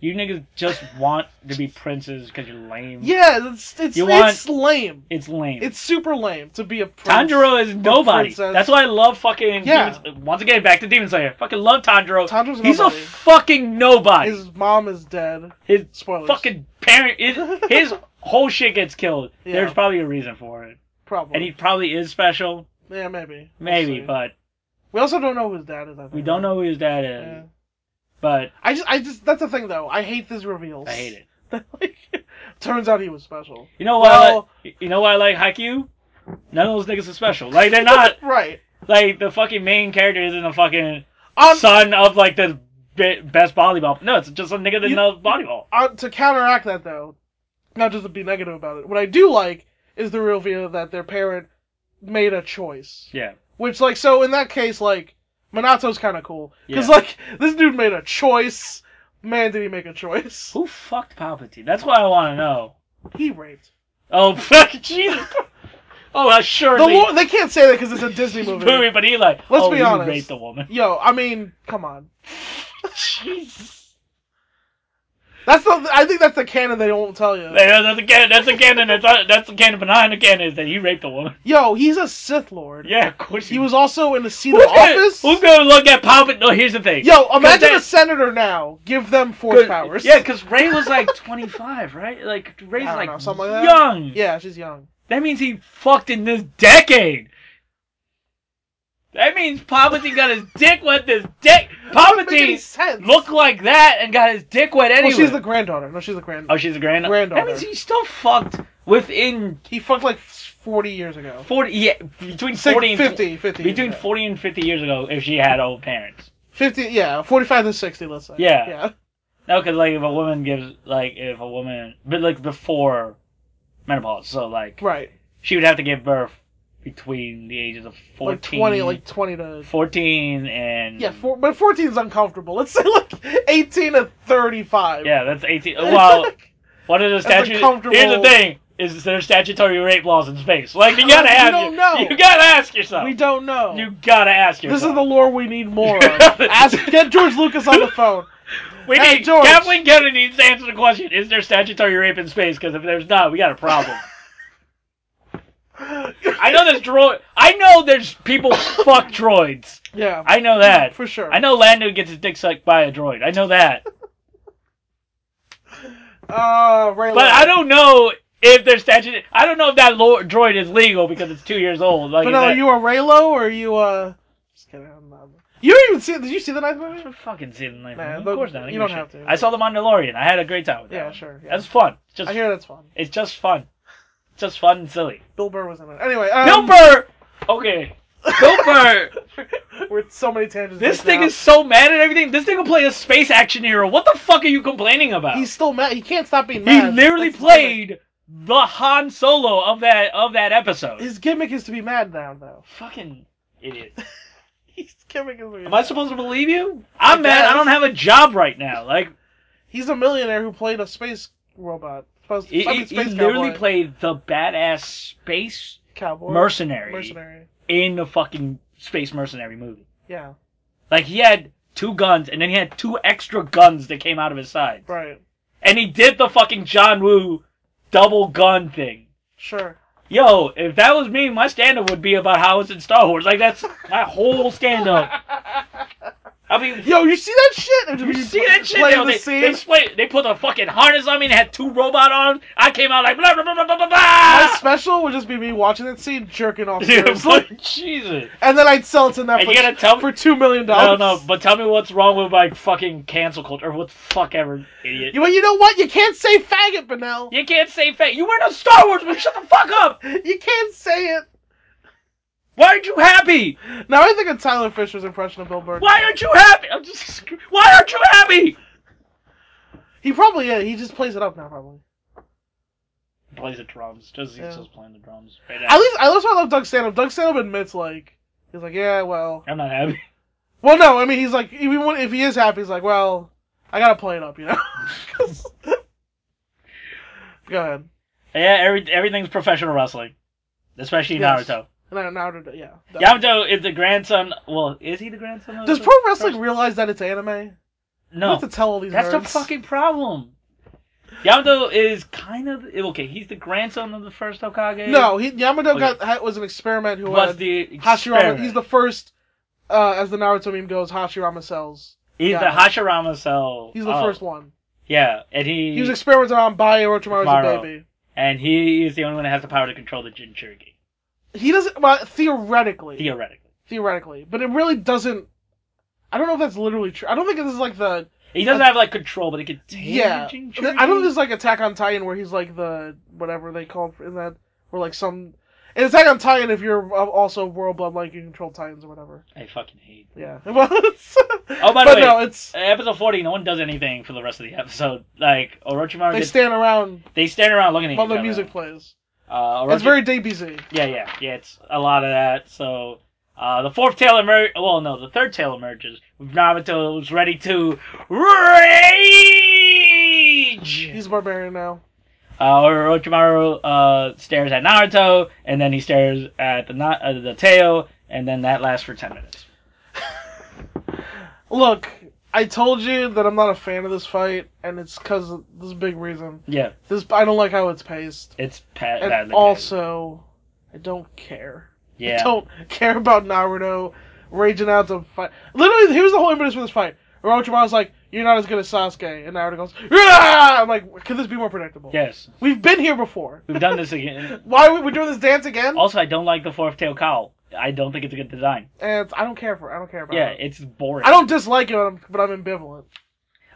S2: you niggas just want to be princes because you're lame.
S1: yeah, it's it's,
S2: You
S1: it's lame.
S2: it's lame.
S1: It's super lame to be a prince.
S2: Tanjiro is nobody.
S1: princess.
S2: That's why I love fucking.
S1: Yeah.
S2: Demon- Once again, back to Demon Slayer. Fucking love Tanjiro.
S1: Tanjiro's
S2: He's
S1: nobody.
S2: a fucking nobody. His,
S1: His mom is dead. Spoilers.
S2: fucking parent. His, his whole shit gets killed.
S1: Yeah.
S2: There's probably a reason for it,
S1: probably.
S2: and he probably is special.
S1: yeah, maybe. We'll
S2: Maybe,
S1: see.
S2: but
S1: we also don't know who his dad is. I think.
S2: we don't know who his dad is.
S1: Yeah.
S2: But
S1: I just I just that's the thing though. I hate these reveals.
S2: I hate it.
S1: it. like, turns out he was special.
S2: You know why?
S1: Well-
S2: I like, you know why I like Haikyuu? None of those niggas are special. Like they're not
S1: Right.
S2: like the fucking main character isn't a fucking
S1: On,
S2: son of like the be- best volleyball. No, it's just a nigga that
S1: You-
S2: knows volleyball.
S1: on to counteract that though, not just to be negative about it. What I do like is the reveal that their parent made a choice.
S2: Yeah.
S1: Which like so in that case like Minato's kind of cool because
S2: Yeah.
S1: like this dude made a choice. Man, did he make a choice?
S2: Who fucked Palpatine? That's what I want to know.
S1: He raped.
S2: Oh fuck, Jesus! Oh, uh,
S1: The
S2: surely
S1: Lord, they can't say that because it's a Disney movie.
S2: movie, but he like,
S1: Let's
S2: oh,
S1: be
S2: you
S1: honest.
S2: raped a woman.
S1: Yo, I mean, come on.
S2: Jesus,
S1: That's the. I think that's the canon they won't tell you.
S2: Like, that's a canon. That's a canon. That's, not- that's a canon behind the canon is that he raped a woman.
S1: Yo, he's a Sith Lord.
S2: Yeah, of course
S1: He was also in the seat
S2: Who's
S1: of office.
S2: Gonna, who's gonna look at Palpatine? No, here's the thing.
S1: Yo,
S2: 'Cause
S1: imagine
S2: that-
S1: a senator now. Give them force
S2: Good-
S1: powers.
S2: Yeah, because Ray was like 25, right? Like Ray's
S1: I don't
S2: like
S1: know, something like that.
S2: young.
S1: Yeah, she's young.
S2: That means he fucked in this decade. That means Palpatine got his dick wet this dick.
S1: Doesn't make any
S2: Palpatine
S1: sense.
S2: looked like that and got his dick wet anyway.
S1: Well, she's the granddaughter. No, she's the grand.
S2: oh, she's a grand-
S1: Granddaughter.
S2: That means he still fucked within
S1: He fucked like 40 years ago.
S2: forty. Yeah, between
S1: Six-
S2: forty and
S1: 50, 50 years
S2: Between
S1: ago.
S2: forty and fifty years ago, if she had old parents.
S1: 50, yeah, 45 to 60, let's say.
S2: Yeah.
S1: Yeah.
S2: No, because like if a woman gives like if a woman, but like before menopause, so like
S1: Right.
S2: she would have to give birth between the ages of
S1: Like
S2: fourteen,
S1: 20, like 20 to.
S2: 14 and
S1: Yeah, four, but 14 is uncomfortable. Let's say like 18 to 35.
S2: yeah, that's 18 well what are the
S1: That's a
S2: statute
S1: comfortable-
S2: here's the thing is there statutory rape laws in space like you gotta
S1: We
S2: have
S1: don't know.
S2: you gotta ask yourself
S1: we don't know.
S2: you gotta ask yourself
S1: this is the lore we need more. of. Ask, get George Lucas on the phone.
S2: we
S1: Hey,
S2: need
S1: George.
S2: Kathleen Kennedy needs to answer the question is there statutory rape in space because if there's not we got a problem I know there's droid I know there's people fuck droids
S1: Yeah.
S2: I know that
S1: for sure.
S2: I know Lando gets his dick sucked by a droid I know that
S1: Uh, Ray
S2: But I don't know if there's statute. I don't know if that lo- droid is legal because it's two years old. Like,
S1: But
S2: is
S1: no,
S2: that-
S1: you a Raylo or are you a? Just kidding. I'm not. You don't even see. Did you see the ninth
S2: I
S1: movie?
S2: fucking see the name.
S1: Nah,
S2: of
S1: but
S2: course not. I
S1: you
S2: give a
S1: don't
S2: shit.
S1: have to.
S2: I saw the Mandalorian. I had a great time with that.
S1: Yeah,
S2: one.
S1: sure, yeah.
S2: That was fun. Just
S1: I hear that's fun.
S2: it's just fun. It's just fun and silly.
S1: Bill Burr was in it. Anyway, um,
S2: Bill Burr. Okay. Bill Burr.
S1: With so many tangents.
S2: This
S1: right
S2: thing
S1: now.
S2: is so mad at everything. This thing will play a space action hero. What the fuck are you complaining about?
S1: He's still mad. He can't stop being
S2: he
S1: mad.
S2: literally
S1: That's the gimmick.
S2: played the Han Solo of that of that episode.
S1: His gimmick is to be mad now, though.
S2: fucking idiot.
S1: His gimmick is. To be
S2: Am I
S1: mad.
S2: supposed to believe you? I'm mad.
S1: guess.
S2: I don't have a job right now. Like
S1: He's a millionaire who played a space robot. Supposed
S2: he,
S1: fucking
S2: he- he
S1: space
S2: literally
S1: cowboy.
S2: played the badass space
S1: cowboy
S2: mercenary,
S1: Mercenary.
S2: in the fucking space mercenary movie.
S1: Yeah.
S2: Like he had two guns, and then he had two extra guns that came out of his side,
S1: Right.
S2: and he did the fucking John Woo double gun thing.
S1: Sure.
S2: Yo, if that was me, my stand-up would be about how it's in Star Wars. Like that's my whole stand-up. I mean,
S1: Yo, you see that shit?
S2: You see that shit?
S1: Play
S2: Now?
S1: the
S2: They,
S1: scene.
S2: they, split, they put a fucking harness on me and had two robot arms. I came out like blah blah blah blah blah blah.
S1: My
S2: blah.
S1: special would just be me watching that scene, jerking off,
S2: Dude, I'm
S1: seriously.
S2: like, Jesus.
S1: and then I'd sell it to Netflix
S2: And you gotta tell me.
S1: for two million dollars.
S2: I don't know, but tell me what's wrong with my fucking cancel culture or what the fuck ever, idiot.
S1: you, well, you know what? You can't say faggot, Benel.
S2: You can't say fake. You weren't on Star Wars, but shut the fuck up.
S1: You can't say it.
S2: Why aren't you happy?
S1: Now I think it's Tyler Fisher's impression of Bill Burton.
S2: Why aren't you happy? I'm just. scr- Why aren't you happy?
S1: He probably yeah, he just plays it up now probably.
S2: He plays the drums. Just
S1: Yeah.
S2: he's just playing the drums. Right now.
S1: At least I also love Doug Stanhope. Doug Stanhope admits like he's like yeah well
S2: I'm not happy.
S1: well no I mean he's like even when, if he is happy he's like well I gotta play it up you know. Go ahead.
S2: Yeah, every, everything's professional wrestling, especially
S1: Yes.
S2: Naruto.
S1: And I- now to- yeah.
S2: Naruto is the grandson. Well, is he the grandson? of
S1: Does
S2: the-
S1: pro wrestling realize that it's anime? You
S2: No,
S1: have to tell all these
S2: that's the
S1: nerds.
S2: fucking problem. Yamato is kind of okay. He's the grandson of the first Hokage.
S1: No, he, Yamato
S2: Okay.
S1: got had, was an experiment who
S2: was
S1: had
S2: the
S1: Hashirama.
S2: experiment.
S1: He's the first, uh, as the Naruto meme goes, Hashirama sells.
S2: he's
S1: yeah.
S2: the Hashirama cell.
S1: He's the
S2: Oh,
S1: first one.
S2: Yeah, and he
S1: He was experimenting on Bai Orochimaru as
S2: Tomorrow.
S1: a baby.
S2: and he is the only one that has the power to control the Jinchuriki,
S1: He doesn't. Well, theoretically,
S2: theoretically.
S1: theoretically, but it really doesn't. I don't know if that's literally true. I don't think this is like the
S2: He doesn't have like control, but he can tame
S1: Uh, yeah.
S2: the Jinchuriki.
S1: I don't think this is like Attack on Titan where he's like the whatever they call it in that or like some. In Attack on Titan, if you're uh, also royal bloodline, you control Titans or whatever.
S2: I fucking hate.
S1: Yeah. Well, it's,
S2: Oh, by the
S1: but
S2: way,
S1: no, it's
S2: Episode 40, no one does anything for the rest of the episode. Like, Orochimaru,
S1: they
S2: gets,
S1: stand around
S2: they stand around looking at
S1: while
S2: each
S1: the
S2: other.
S1: music plays.
S2: Uh, Orochi-
S1: It's very DayBZ.
S2: Yeah, yeah, yeah, it's a lot of that. So, uh, the fourth tail emerge. Well, no, the third tail emerges. With Naruto's ready to rage!
S1: He's a barbarian now.
S2: Uh, Orochimaru uh, stares at Naruto, and then he stares at the, na- uh, the tail, and then that lasts for 10 minutes.
S1: Look, I told you that I'm not a fan of this fight, and it's because of this big reason.
S2: Yeah,
S1: This I don't like how it's paced,
S2: it's pa-
S1: and
S2: badly.
S1: also I don't care.
S2: paced.
S1: I
S2: yeah.
S1: don't care about Naruto raging out to fight. Literally, here's the whole impetus for this fight. Orochimaru's like, "You're not as good as Sasuke," and Naruto goes, "Rah!" I'm like, "Could this be more predictable?"
S2: Yes,
S1: We've been here before.
S2: we've done this again.
S1: Why are we we're doing this dance again?
S2: Also, I don't like the fourth tail cowl. I don't think it's a good design.
S1: And it's- Eh, I don't care for. I don't care about.
S2: Yeah,
S1: it.
S2: it's boring.
S1: I don't dislike it, but I'm- but I'm ambivalent.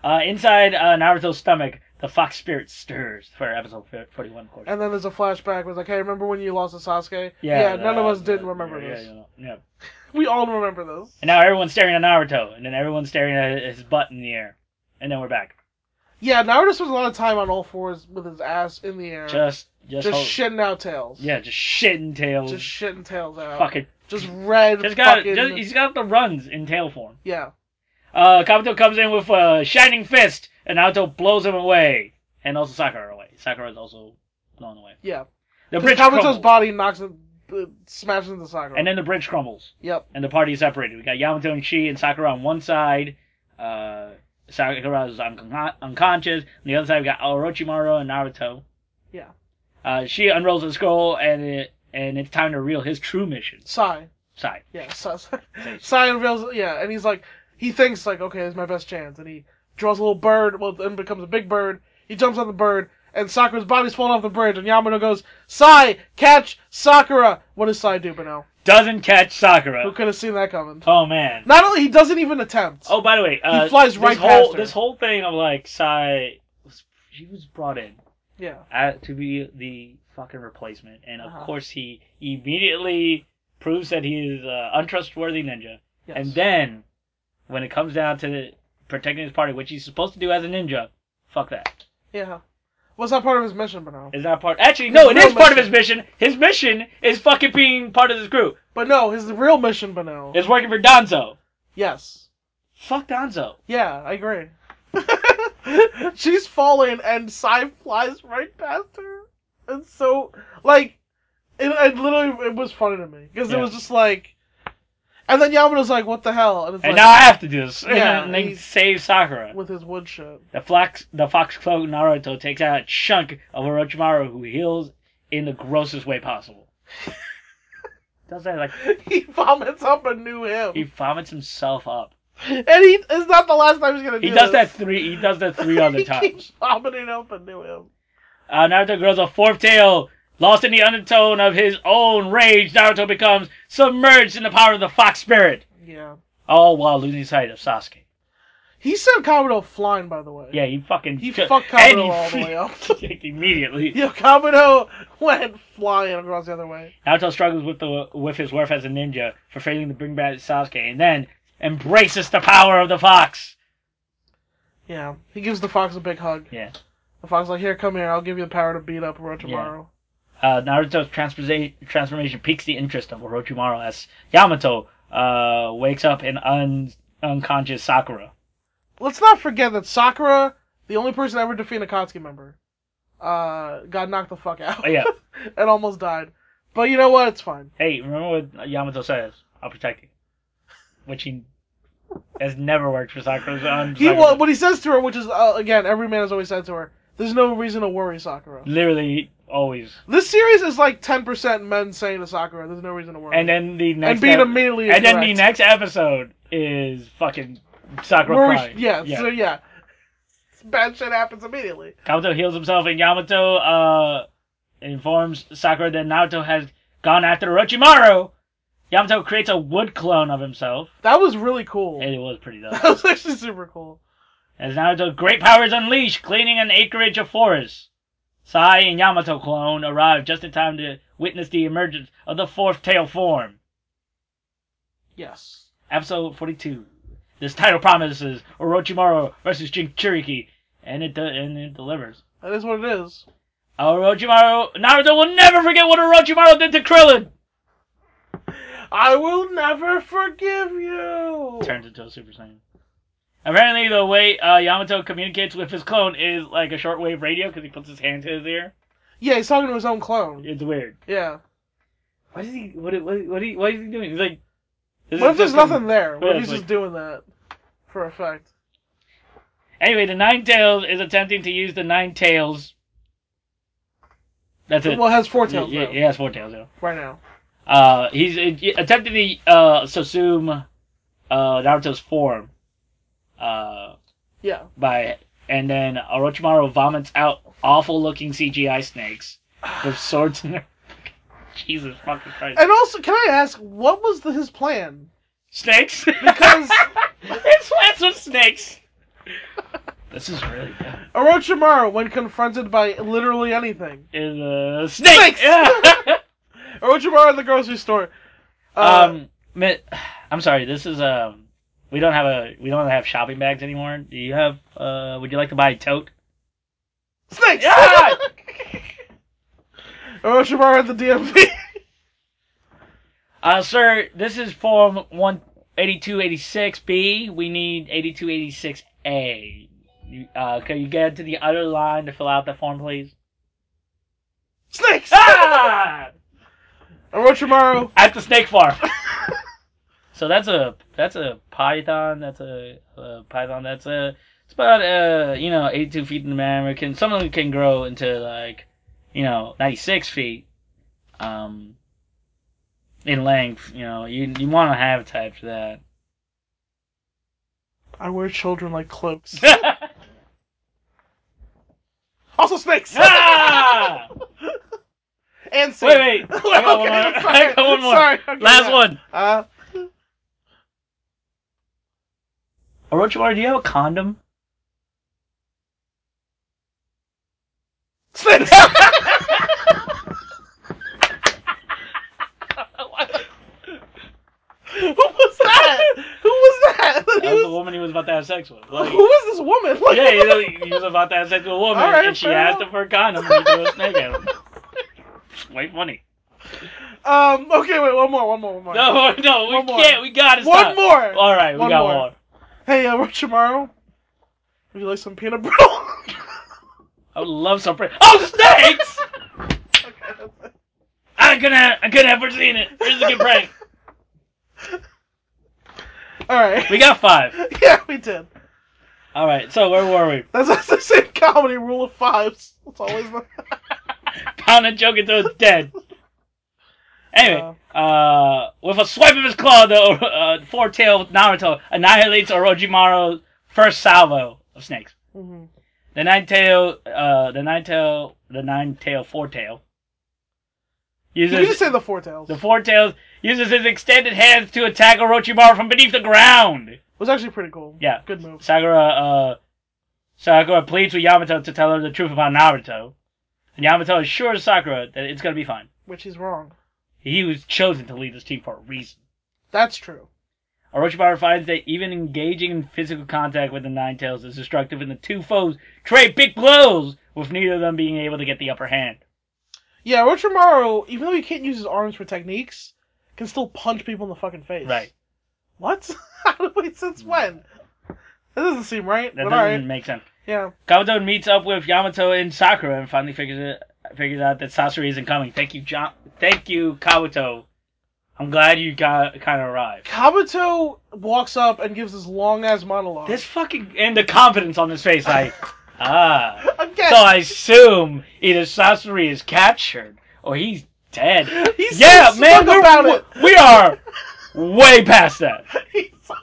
S2: Uh, inside uh, Naruto's stomach, the fox spirit stirs for episode fi- 41, of course.
S1: And then there's a flashback. Where it's like, hey, remember when you lost to Sasuke?
S2: the-
S1: none of us
S2: the-
S1: didn't remember
S2: uh, yeah,
S1: this.
S2: Yeah, yeah, yeah.
S1: We all remember this.
S2: And now everyone's staring at Naruto, and then everyone's staring at his butt in the air. And then we're back.
S1: Yeah, Naruto spends a lot of time on all fours with his ass in the air,
S2: Just, just,
S1: just
S2: hold-
S1: shitting out tails.
S2: yeah, just shitting tails.
S1: just shitting tails out.
S2: fucking,
S1: Just red.
S2: just got,
S1: fucking.
S2: just, he's got the runs in tail form.
S1: Yeah,
S2: Uh, Kabuto comes in with a shining fist, and Naruto blows him away, and also Sakura away. Sakura is also blown away.
S1: yeah.
S2: The
S1: 'Cause
S2: bridge
S1: Kabuto's
S2: crumbles,
S1: body knocks him, uh, smashes into Sakura.
S2: and then the bridge crumbles.
S1: yep.
S2: and the party is separated. We got Yamato and Shi and Sakura on one side. Uh, Sakura is uncon- unconscious. On the other side, we got Orochimaru and Naruto.
S1: Yeah.
S2: Uh, she unrolls the scroll, and it, and it's time to reveal his true mission.
S1: Sai.
S2: Side.
S1: Yeah. Sai, Sai reveals. Yeah, and he's like, he thinks like, okay, this is my best chance, and he draws a little bird. Well, then becomes a big bird. He jumps on the bird, and Sakura's body's falling off the bridge, and Yamato goes, Sai, catch Sakura. What does Sai do, Beno?
S2: Doesn't catch Sakura.
S1: Who could have seen that coming?
S2: Oh man.
S1: Not only he doesn't even attempt.
S2: Oh, by the way, uh,
S1: flies
S2: this
S1: right
S2: whole,
S1: past her.
S2: This whole thing of like Sai was she was brought in
S1: yeah.
S2: at, to be the fucking replacement, and of
S1: Uh-huh.
S2: course he immediately proves that he is uh, untrustworthy ninja.
S1: Yes.
S2: And then, when it comes down to protecting his party, which he's supposed to do as a ninja, fuck that.
S1: yeah. Was that part of his mission, Beno?
S2: It's not part. Actually, no, it
S1: His
S2: is part of
S1: real
S2: his mission. His mission is fucking being part of this group.
S1: But no, his real mission, Beno.
S2: Is working for Donzo.
S1: yes.
S2: Fuck Donzo.
S1: Yeah, I agree. She's falling and Sai flies right past her. And so, like, it, it literally it was funny to me because
S2: Yeah.
S1: it was just like, and then Yamato's like, "What the hell?" And it's
S2: And
S1: like
S2: now I have to do this.
S1: Yeah,
S2: and then
S1: he's-
S2: save Sakura.
S1: with his wood shit.
S2: The fox, the fox cloak Naruto takes out a chunk of Orochimaru, who heals in the grossest way possible. Does that like
S1: He vomits up a new him,
S2: he vomits himself up?
S1: and he it's not the last time he's gonna do.
S2: He does that
S1: this.
S2: three. He does that three other
S1: he
S2: times.
S1: keeps vomiting up a new him.
S2: Uh, Naruto grows a fourth tail. Lost in the undertone of his own rage, Naruto becomes submerged in the power of the fox spirit.
S1: Yeah,
S2: All while losing sight of Sasuke.
S1: He sent Kabuto flying, by the way.
S2: Yeah, he fucking
S1: He
S2: ju-
S1: fucked
S2: and
S1: Kabuto all the way up.
S2: kicked immediately.
S1: Yeah, Kabuto went flying across the other way.
S2: Naruto struggles with the with his worth as a ninja for failing to bring back Sasuke, and then embraces the power of the fox.
S1: Yeah, he gives the fox a big hug.
S2: Yeah.
S1: The fox's like, "Here, come here. I'll give you the power to beat up Orochimaru."
S2: Uh, Naruto's transformation transformation piques the interest of Orochimaru as Yamato uh, wakes up an un- unconscious Sakura.
S1: Let's not forget that Sakura, the only person to ever defeat an Akatsuki member, uh, got knocked the fuck out.
S2: Oh, yeah.
S1: and almost died. But you know what? It's fine.
S2: Hey, remember what Yamato says? I'll protect you. Which he has never worked for Sakura. so I'm
S1: He
S2: Sakura.
S1: well, what he says to her, which is uh, again, every man has always said to her, "There's no reason to worry, Sakura."
S2: literally always.
S1: This series is like 10% men saying to Sakura, "There's no reason to worry,"
S2: And then the next
S1: and being
S2: ep-
S1: immediately
S2: and then the
S1: incorrect.
S2: next episode is fucking Sakura
S1: Worry-
S2: crying.
S1: yeah,
S2: yeah.
S1: so yeah, bad shit happens immediately.
S2: Kabuto heals himself, and Yamato uh, informs Sakura that Naruto has gone after Orochimaru. Yamato creates a wood clone of himself,
S1: That was really cool.
S2: and it was pretty dope.
S1: That was actually super cool.
S2: As Naruto's great powers unleashed, cleaning an acreage of forest. Sai and Yamato clone arrive just in time to witness the emergence of the fourth tail form.
S1: Yes.
S2: Episode 42. This title promises Orochimaru versus Jinchuriki, and it, de- and it delivers.
S1: That is what it is.
S2: Orochimaru, Naruto will never forget what Orochimaru did to Krillin!
S1: I will never forgive you.
S2: turns into a Super Saiyan. Apparently, the way uh, Yamato communicates with his clone is like a shortwave radio because he puts his hand to his ear.
S1: Yeah, he's talking to his own clone.
S2: It's weird.
S1: Yeah.
S2: What is he? What? What? What? He, what is he doing? He's like. this
S1: What
S2: is
S1: if there's
S2: just a-
S1: nothing there? What
S2: yeah,
S1: if he's
S2: it's
S1: just doing that for effect?
S2: Anyway, the Nine Tails is attempting to use the Nine Tails. That's it.
S1: Well, it has four tails
S2: Yeah,
S1: though,
S2: yeah, it's four tails though.
S1: right now.
S2: Uh, he's uh, attempting to uh, subsume uh, Naruto's form. Uh,
S1: Yeah.
S2: by and then Orochimaru vomits out awful looking CGI snakes with swords in their Jesus fucking Christ.
S1: And also, can I ask what was the, his plan?
S2: Snakes?
S1: Because
S2: it's lots of snakes. This is really good.
S1: Orochimaru, when confronted by literally anything,
S2: Is uh, snakes.
S1: Snakes!
S2: Yeah.
S1: Orochimaru at the grocery store. Uh,
S2: um, mi- I'm sorry. This is um, we don't have a we don't have shopping bags anymore. Do you have uh? Would you like to buy a tote?
S1: snakes.
S2: Yeah!
S1: Orochimaru at the DMV.
S2: Uh, sir, this is form 18286B. We need 8286A. You, uh, can you get to the other line to fill out the form, please?
S1: snakes.
S2: Ah!
S1: Orochimaru.
S2: At the snake farm. so that's a that's a python. That's a, a python. That's a it's about uh you know 82 feet in the man. It Can some of them can grow into like you know 96 feet. Um. In length, you know, you you want to have a type for that.
S1: I wear children like cloaks.
S2: ah!
S1: also snakes. and snakes.
S2: Ah! Wait, wait. I got one
S1: Okay, sorry.
S2: more. I got one more.
S1: Sorry. Okay,
S2: Last
S1: yeah.
S2: one.
S1: Uh,
S2: Orochimaru, do you have a condom?
S1: snakes. Who was that? Who was that? Who
S2: That was the
S1: was,
S2: woman he was about to have sex with. Like,
S1: who was this woman? Like,
S2: yeah, you know, he was about to have sex with a woman,
S1: All right,
S2: and she
S1: fair
S2: asked
S1: enough.
S2: him for a condom, and he threw a snake at him. It's way funny.
S1: Um. Okay. Wait. One more. One more. One more.
S2: No, Oh. no, we
S1: One more.
S2: can't. We gotta
S1: one
S2: stop.
S1: more.
S2: All right, we
S1: One
S2: got
S1: more.
S2: more.
S1: Hey, uh, Rochimaro. Would you like some peanut brittle?
S2: I would love some. Pre- oh, snakes!
S1: okay. That's it.
S2: I couldn't. Have, I couldn't have foreseen it. This is a good prank.
S1: All right.
S2: We got five.
S1: yeah, we did.
S2: All right. So where were we?
S1: That's, that's the same comedy rule of fives. It's always the.
S2: pound and choke until it's dead. Anyway, uh, with a swipe of his claw, the uh, four-tailed Naruto annihilates Orochimaru's first salvo of snakes.
S1: hmm
S2: The nine-tail, uh, the nine-tail, the nine-tail four-tail
S1: You can just
S2: uses
S1: say the four tails.
S2: the four-tails uses his extended hands to attack Orochimaru from beneath the ground.
S1: was actually pretty cool.
S2: Yeah.
S1: Good move.
S2: Sakura, uh, Sakura pleads with Yamato to tell her the truth about Naruto, and Yamato assures Sakura that it's gonna be fine.
S1: Which he's wrong.
S2: He was chosen to lead this team for a reason.
S1: That's true.
S2: Orochimaru finds that even engaging in physical contact with the Nine Tails is destructive, and the two foes trade big blows, with neither of them being able to get the upper hand.
S1: Yeah, Orochimaru, even though he can't use his arms for techniques, can still punch people in the fucking face.
S2: Right.
S1: What? Wait, since when? That doesn't seem right.
S2: That
S1: but
S2: doesn't
S1: alright.
S2: make sense.
S1: Yeah.
S2: Kabuto meets up with Yamato and Sakura and finally figures it figures out that Sasori isn't coming. Thank you, John. Thank you, Kabuto. I'm glad you got kind of arrived.
S1: Kabuto walks up and gives this long ass monologue.
S2: This fucking and the confidence on his face, like ah.
S1: Again.
S2: So I assume either Sasori is captured or he's dead.
S1: He's
S2: yeah,
S1: so
S2: man,
S1: smug
S2: we're,
S1: about
S2: we-
S1: it.
S2: we are way past that.
S1: He's so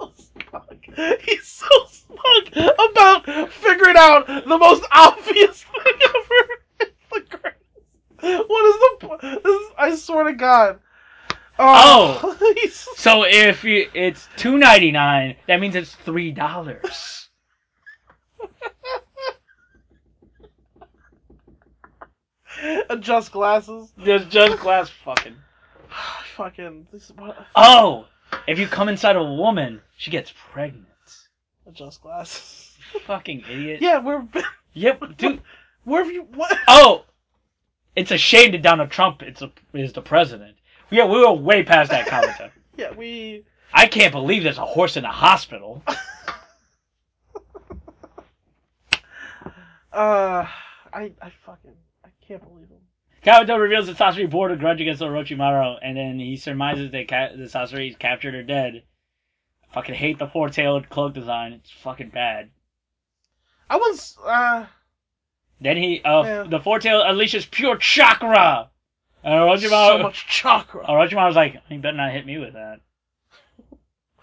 S1: smug. He's so smug about figuring out the most obvious thing ever. It's the greatest. What is the? po- This is, I swear to God.
S2: Oh.
S1: he's,
S2: So if you, it's two ninety nine, that means it's three dollars.
S1: adjust glasses.
S2: There's just glass fucking.
S1: Fucking this, what,
S2: Oh, if you come inside a woman, she gets pregnant.
S1: adjust glasses.
S2: Fucking idiot.
S1: Yeah, we're
S2: Yep, dude.
S1: where have you? What?
S2: Oh, it's a shame that Donald Trump is, a, is the president. Yeah, we were way past that comment.
S1: Yeah, we.
S2: I can't believe there's a horse in a hospital.
S1: Uh, I I fucking I can't believe him.
S2: Kabuto reveals that Sasori bore a grudge against Orochimaru, and then he surmises that, ca- that Sasori is captured or dead. I fucking hate the four-tailed cloak design. It's fucking bad.
S1: I was uh
S2: Then he, uh,
S1: Yeah.
S2: the four-tailed unleashes pure chakra! And Orochimaru,
S1: so much chakra.
S2: Orochimaru was like, "You better not hit me with that."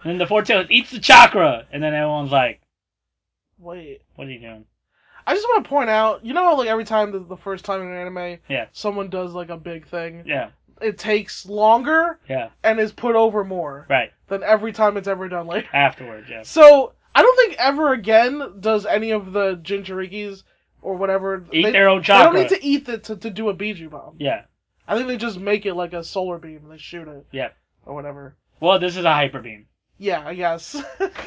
S2: And then the four tails eats the chakra, and then everyone's like,
S1: Wait.
S2: "What are you doing?"
S1: I just want to point out, you know how like every time the, the first time in an anime,
S2: Yeah.
S1: someone does like a big thing,
S2: Yeah,
S1: it takes longer
S2: yeah,
S1: and is put over more
S2: right.
S1: than every time it's ever done later.
S2: Afterwards, yeah.
S1: So I don't think ever again does any of the Jinchurikis or whatever
S2: Eat
S1: they,
S2: their own
S1: they don't
S2: chakra.
S1: need to eat it to, to do a Biju bomb.
S2: Yeah.
S1: I think they just make it like a solar beam and they shoot it.
S2: Yeah.
S1: Or whatever.
S2: Well, this is a hyper beam.
S1: Yeah, I guess.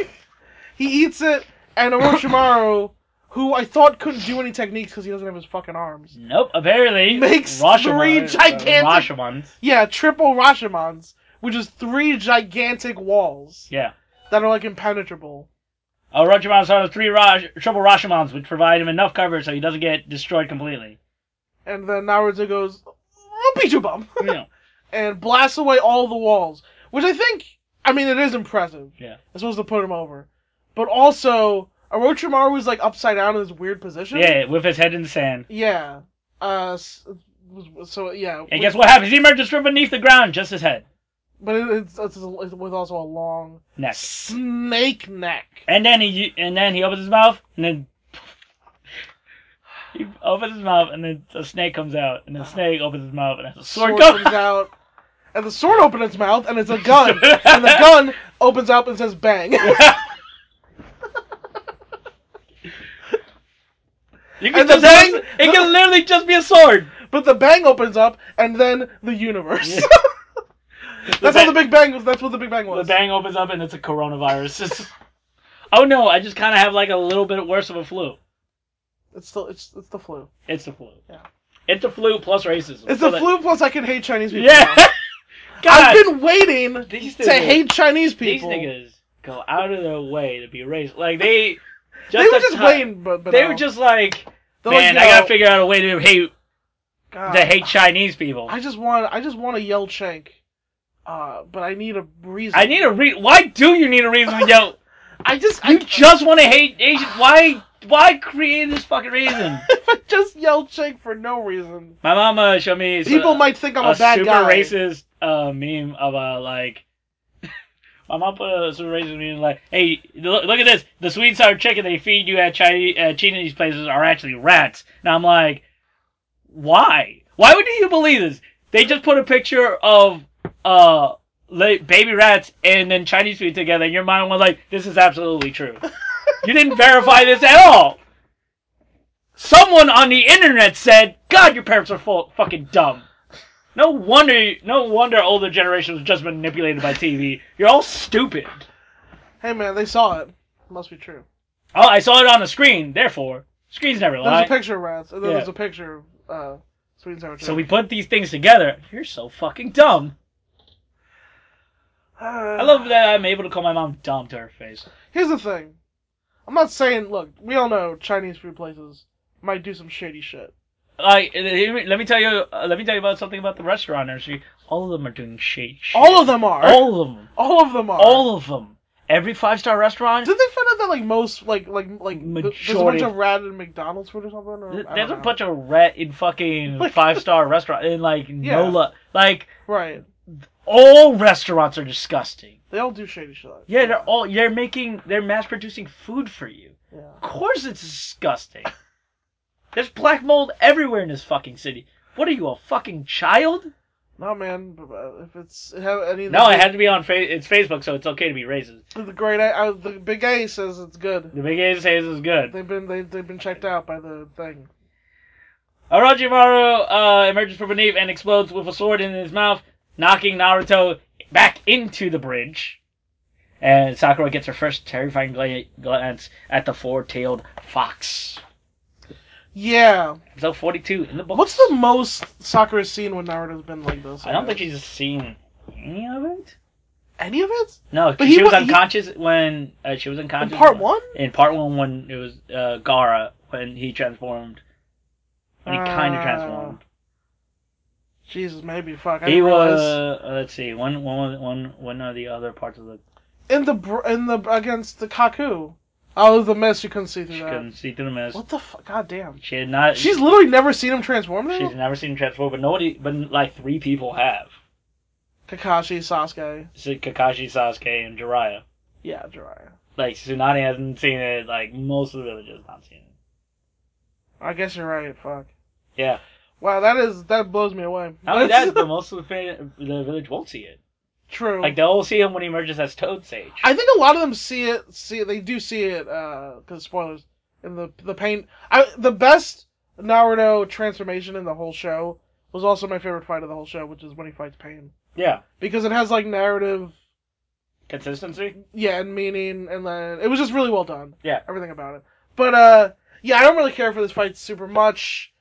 S1: he eats it, and Orochimaru, who I thought couldn't do any techniques because he doesn't have his fucking arms.
S2: Nope. Apparently,
S1: Makes three
S2: Rashomon,
S1: gigantic-
S2: uh, Rashomons.
S1: Yeah, triple Rashomons, which is three gigantic walls
S2: Yeah. Oh,
S1: that are like impenetrable.
S2: Orochimaru saw three Rash- triple Rashomons, which provide him enough cover so he doesn't get destroyed completely.
S1: And then Naruto goes, "I'll beat you, bum,"
S2: You know,
S1: and blasts away all the walls, which I think, I mean, it is impressive.
S2: Yeah.
S1: it's supposed to put him over, but also Orochimaru was like upside down in this weird position.
S2: yeah, with his head in the sand.
S1: yeah. Uh, s- so yeah.
S2: And guess what happens? He emerges from beneath the ground, just his head,
S1: But it, it's, it's, it's with also a long
S2: neck.
S1: snake neck.
S2: And then he and then he opens his mouth and then he opens his mouth and then a snake comes out and the snake opens his mouth and has a sword,
S1: comes
S2: comes out.
S1: out, and the sword opens its mouth, and it's a gun. and the gun opens up and says "bang."
S2: You can
S1: And the
S2: just
S1: bang-
S2: it can literally just be a sword.
S1: but the bang opens up, and then the universe.
S2: Yeah.
S1: that's
S2: The
S1: how the Big Bang was. That's what the Big Bang
S2: The
S1: was.
S2: bang opens up and it's a coronavirus. It's- oh no, I just kind of have like a little bit worse of a flu.
S1: It's still it's it's the flu.
S2: It's the flu.
S1: Yeah.
S2: It's the flu plus racism.
S1: It's
S2: So
S1: the
S2: that-
S1: flu plus I can hate Chinese people. now.
S2: Yeah. God,
S1: I've been waiting
S2: These
S1: to
S2: niggas-
S1: hate Chinese
S2: these
S1: people.
S2: niggas go out of their way to be racist. Like they just
S1: they were
S2: a
S1: just
S2: ti-
S1: waiting, but, but
S2: They
S1: no.
S2: were just like,
S1: They're
S2: man,
S1: like,
S2: I
S1: yo, Ah.
S2: gotta figure out a way to hate
S1: God.
S2: to hate Chinese people.
S1: I just want I just want to yell Shank. Uh, but I need a reason.
S2: I need a re. Why do you need a reason to yell?
S1: I just I
S2: You just want to hate Asians. Why? Why create this fucking reason?
S1: if I just yell Shank for no reason,
S2: My mama showed me uh, s-
S1: people might think I'm a, bad
S2: super
S1: guy.
S2: racist uh, meme of uh, like. My mom put a super racist meme like, "Hey, look, look at this! The sweet and sour chicken they feed you at Chinese, uh, Chinese places are actually rats." And I'm like, "Why? Why would you believe this? They just put a picture of uh la- baby rats and then Chinese food together, and your mind went like, "This is absolutely true." you didn't verify this at all. Someone on the internet said, "God, your parents are full- fucking dumb." No wonder, no wonder older generations were just manipulated by TV. You're all stupid.
S1: Hey man, they saw it. Must be true.
S2: Oh, I saw it on a screen. Therefore, screens never
S1: There was a
S2: lie.
S1: picture of rats, and then
S2: Yeah.
S1: there was a picture of uh, sweet and sour.
S2: So we
S1: chili.
S2: put these things together. You're so fucking dumb. I love that I'm able to call my mom dumb to her face.
S1: Ah. Here's the thing. I'm not saying. Look, we all know Chinese food places might do some shady shit.
S2: Like, eh, let me tell you, uh, let me tell you about something about the restaurant industry. All of them are doing shit. shit.
S1: All of them are.
S2: All of them.
S1: All of them are.
S2: All of them. Every five star restaurant.
S1: Did they find out that like most like like like th- there's a bunch
S2: Majority.
S1: of rat in McDonald's food or something? Or, I
S2: th-
S1: don't
S2: There's a
S1: know.
S2: bunch of rat in fucking five star restaurant in like
S1: Yeah.
S2: Nola. Like
S1: Right.
S2: all restaurants are disgusting.
S1: They all do shady shit.
S2: Yeah, they're all they're making they're mass producing food for you.
S1: Yeah.
S2: Of course it's disgusting. There's black mold everywhere in this fucking city. What are you, a fucking child?
S1: No man, but, uh, if it's have any of the
S2: No, it
S1: big-
S2: had to be on fa- it's Facebook, so it's okay to be racist.
S1: the great I, I, the big A says it's good.
S2: The big A says is good.
S1: They've been they they've been checked out by the thing.
S2: Orochimaru uh, emerges from beneath and explodes with a sword in his mouth, knocking Naruto back into the bridge. And Sakura gets her first terrifying gla- glance at the four-tailed fox.
S1: Yeah.
S2: Episode 42 in the book.
S1: What's the most Sakura's seen when Naruto's been like this?
S2: I don't think she's seen any of it.
S1: any of it
S2: No,
S1: But
S2: she
S1: he
S2: was
S1: wa- he-
S2: unconscious when uh, she was unconscious.
S1: in part one.
S2: In part one, when it was uh, Gara, when he transformed, when he kind of
S1: Ah,
S2: transformed.
S1: Jesus, maybe fuck. I
S2: He
S1: didn't
S2: was.
S1: realize.
S2: uh, let's see. One, one, one, one of the other parts of the.
S1: in the br- in the against the Kaku. Oh, the mist you couldn't see through
S2: She
S1: that.
S2: couldn't see through the mist.
S1: What the fuck? God damn.
S2: She had not.
S1: She's literally never seen him transform.
S2: She's
S1: Though?
S2: never seen him transform, but nobody, but like three people have.
S1: Kakashi, Sasuke.
S2: So Kakashi, Sasuke, and Jiraiya.
S1: Yeah, Jiraiya.
S2: Like Tsunade hasn't seen it. Like most of the villagers not seen it.
S1: I guess you're right. Fuck.
S2: Yeah.
S1: Wow, that is that blows me away.
S2: Not only that, but most of the, fa- the village won't see it.
S1: true.
S2: Like they'll see him when he emerges as Toad Sage.
S1: I think a lot of them see it. See, they do see it. Uh, cause spoilers in the the pain. I the best Naruto transformation in the whole show was also my favorite fight of the whole show, which is when he fights Pain,
S2: yeah.
S1: because it has like narrative,
S2: Consistency.
S1: yeah, and meaning, and then it was just really well done.
S2: Yeah.
S1: everything about it. But uh, yeah, I don't really care for this fight super much.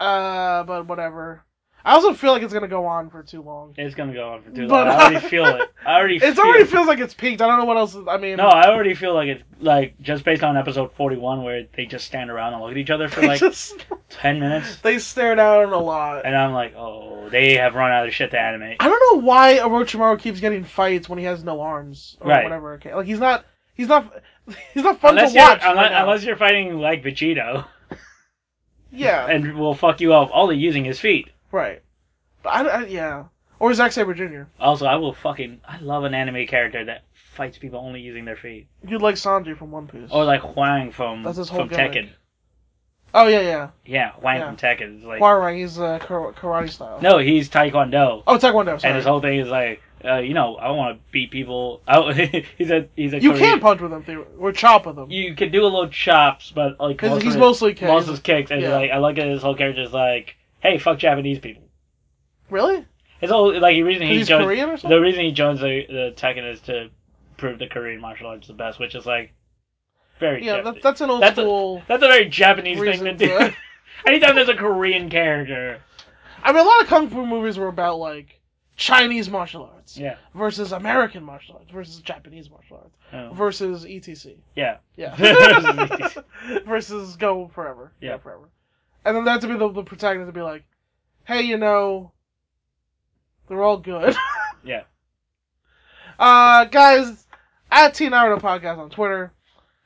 S1: Uh, but whatever. I also feel like it's gonna go on for too long.
S2: It's gonna go on for too
S1: But-
S2: long. I already feel it. I already.
S1: It
S2: feel
S1: already
S2: It.
S1: feels like it's peaked. I don't know what else. I mean,
S2: No, I already feel like it's like just based on episode forty-one where they just stand around and look at each other for
S1: they
S2: like
S1: just
S2: ten minutes,
S1: they stared out a lot.
S2: and I'm like, oh, they have run out of shit to animate.
S1: I don't know why Orochimaru keeps getting fights when he has no arms or
S2: Right.
S1: whatever. Okay, like he's not, he's not, he's not fun
S2: Unless
S1: to
S2: you're,
S1: watch. uh,
S2: unless,
S1: right now.
S2: unless you're fighting like Vegito,
S1: yeah,
S2: and will fuck you up only using his feet.
S1: right. But I, I- yeah, or Zack Saber Jr.
S2: Also, I will fucking. I love an anime character that fights people only using their feet,
S1: You'd like Sanji from One Piece.
S2: or like Huang from
S1: That's his whole
S2: from
S1: gimmick.
S2: Tekken.
S1: oh yeah, yeah.
S2: Yeah, Huang
S1: Yeah.
S2: from Tekken. It's like
S1: Warang, he's uh, kar- karate style.
S2: no, he's Taekwondo.
S1: Oh, Taekwondo.
S2: And
S1: Sorry.
S2: his whole thing is like, uh, you know, I want to beat people. Oh, I, he's a he's a
S1: you
S2: Korean-
S1: can punch with him theor- or chop with him
S2: you can do a little chops, but like
S1: because
S2: most
S1: he's
S2: of
S1: mostly
S2: his,
S1: kick.
S2: most of his kicks. And
S1: yeah.
S2: like I look at his whole character is like, hey, fuck Japanese people.
S1: Really?
S2: His whole like the reason
S1: 'Cause
S2: he
S1: he's
S2: joins
S1: Korean or something.
S2: the reason he joins the the Tekken is to prove the Korean martial arts is the best, which is like very
S1: Yeah,
S2: Jap-
S1: that, that's an old
S2: That's a-
S1: school.
S2: that's a very Japanese thing to
S1: reason
S2: do.
S1: to-
S2: Anytime there's a Korean character,
S1: I mean, a lot of kung fu movies were about like Chinese martial arts.
S2: yeah,
S1: versus American martial arts versus Japanese martial arts
S2: oh,
S1: versus etc.
S2: yeah,
S1: Yeah.
S2: Versus E
S1: versus go forever. Yeah,
S2: Yeah.
S1: forever. And then that to be the, the protagonist to be like, hey, you know, they're all good.
S2: yeah.
S1: Uh, guys, at T Naruto podcast on Twitter,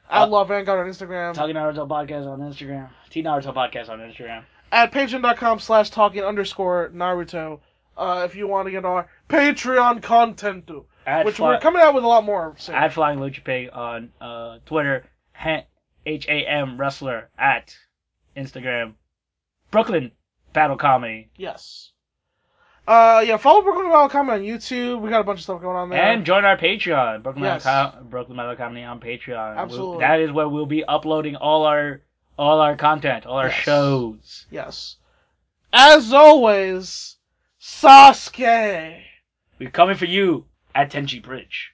S1: at
S2: Uh,
S1: Law Vanguard on Instagram,
S2: Talking Naruto podcast on Instagram. T Naruto podcast on Instagram.
S1: at patreon.com slash talking underscore Naruto. Uh, if you want to get our Patreon content, too,
S2: At
S1: which
S2: Fly-
S1: we're coming out with a lot more soon.
S2: at Flying Lucha Pig on uh, Twitter, H A M Wrestler at Instagram, Brooklyn Battle Comedy.
S1: Yes. Uh, yeah, follow Brooklyn Mile Comedy on YouTube. We got a bunch of stuff going on there.
S2: And join our Patreon, Brooklyn
S1: Yes.
S2: Metal Com- Brooklyn Metal Comedy on Patreon. We'll-
S1: Absolutely.
S2: that is where we'll be uploading all our all our content, all our
S1: Yes.
S2: shows.
S1: yes, as always, Sasuke.
S2: We're coming for you at Tenchi Bridge.